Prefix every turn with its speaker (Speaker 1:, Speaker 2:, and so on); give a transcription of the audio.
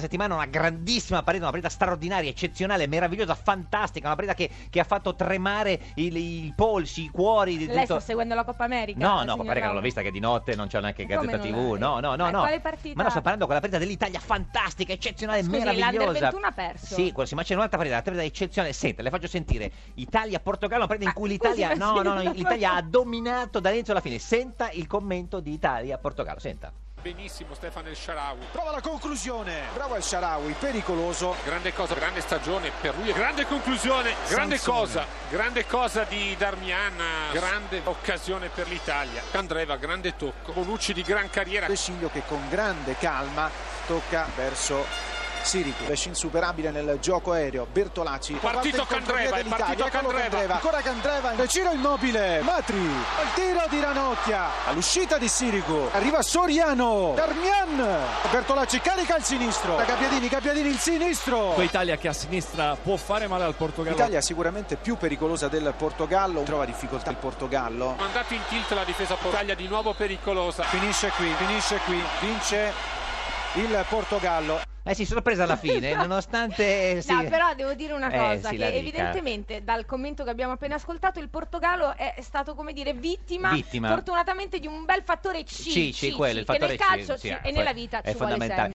Speaker 1: settimana una grandissima partita, una partita straordinaria, eccezionale, meravigliosa, fantastica, una partita che, che ha fatto tremare il- i polsi, i cuori. di
Speaker 2: Lei
Speaker 1: tutto-
Speaker 2: sta seguendo la Coppa America?
Speaker 1: No, no,
Speaker 2: signor
Speaker 1: papà, raga, l'ho
Speaker 2: Lauro?
Speaker 1: vista che di notte non c'è neanche
Speaker 2: Come
Speaker 1: Gazzetta
Speaker 2: non
Speaker 1: TV.
Speaker 2: l'hai?
Speaker 1: No, no, no,
Speaker 2: Ma
Speaker 1: no.
Speaker 2: quale partita?
Speaker 1: Ma no, sto parlando con la partita dell'Italia fantastica, eccezionale,
Speaker 2: Scusi, l'Under
Speaker 1: meravigliosa.
Speaker 2: 21 ha perso.
Speaker 1: Sì, quasi, ma c'è un'altra partita, una partita eccezionale. Senta, le faccio sentire. Italia-Portogallo, una partita in
Speaker 2: Ah,
Speaker 1: cui
Speaker 2: qui si
Speaker 1: l'Italia
Speaker 2: fa
Speaker 1: No, no, no,
Speaker 2: sentire.
Speaker 1: l'Italia ha dominato dall'inizio alla fine. Senta il commento di Italia-Portogallo, senta.
Speaker 3: Benissimo Stefano El Sharawi.
Speaker 4: Prova la conclusione. Bravo El Sharawi, pericoloso.
Speaker 3: Grande cosa, grande stagione per lui, grande conclusione, grande
Speaker 4: Sansone.
Speaker 3: cosa, grande cosa di Darmian, grande occasione per l'Italia. Candreva, grande tocco, Bonucci di gran carriera.
Speaker 4: Vesciglio che con grande calma tocca verso Sirico. Vesci insuperabile nel gioco aereo. Bertolacci.
Speaker 3: Partito
Speaker 4: Parte il
Speaker 3: Candreva,
Speaker 4: contropiede
Speaker 3: è partito
Speaker 4: dell'Italia. Eccolo
Speaker 3: Candreva.
Speaker 4: Ancora Candreva. E Ciro Immobile. Matri. Il tiro di Ranocchia. All'uscita di Sirico. Arriva Soriano. Darmian. Bertolacci carica il sinistro. Da Capiadini, Capiadini il sinistro.
Speaker 5: Italia che a sinistra può fare male al Portogallo.
Speaker 4: L'Italia è sicuramente più pericolosa del Portogallo. Trova difficoltà il Portogallo.
Speaker 3: Mandato in tilt la difesa portaglia di nuovo pericolosa.
Speaker 4: Finisce qui, finisce qui, vince il Portogallo.
Speaker 1: Eh sì, sorpresa alla fine, nonostante... eh, sì.
Speaker 2: No, però devo dire una
Speaker 1: Eh,
Speaker 2: cosa,
Speaker 1: sì, la
Speaker 2: che
Speaker 1: dica.
Speaker 2: evidentemente dal commento che abbiamo appena ascoltato il Portogallo è stato, come dire, vittima,
Speaker 1: Vittima.
Speaker 2: fortunatamente di un bel fattore C,
Speaker 1: Sì, sì, quello, il
Speaker 2: che
Speaker 1: fattore
Speaker 2: nel calcio
Speaker 1: C, sì,
Speaker 2: ci-
Speaker 1: eh,
Speaker 2: e
Speaker 1: quello
Speaker 2: nella vita
Speaker 1: è
Speaker 2: ci vuole
Speaker 1: fondamentale.
Speaker 2: sempre.